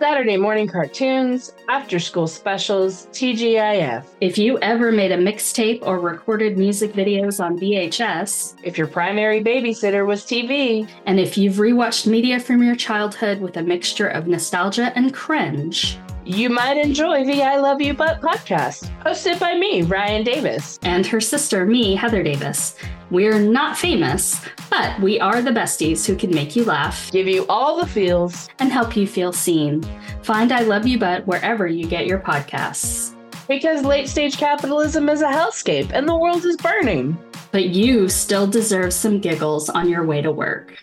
Saturday morning cartoons, after school specials, TGIF. If you ever made a mixtape or recorded music videos on VHS, If your primary babysitter was TV, and if you've rewatched media from your childhood with a mixture of nostalgia and cringe, you might enjoy the I Love You Butt podcast, hosted by me, Ryan Davis. and her sister, me, Heather Davis. We're not famous, but we are the besties who can make you laugh Give you all the feels. and help you feel seen. Find I Love You But wherever you get your podcasts. Because late stage capitalism is a hellscape and the world is burning. But you still deserve some giggles on your way to work.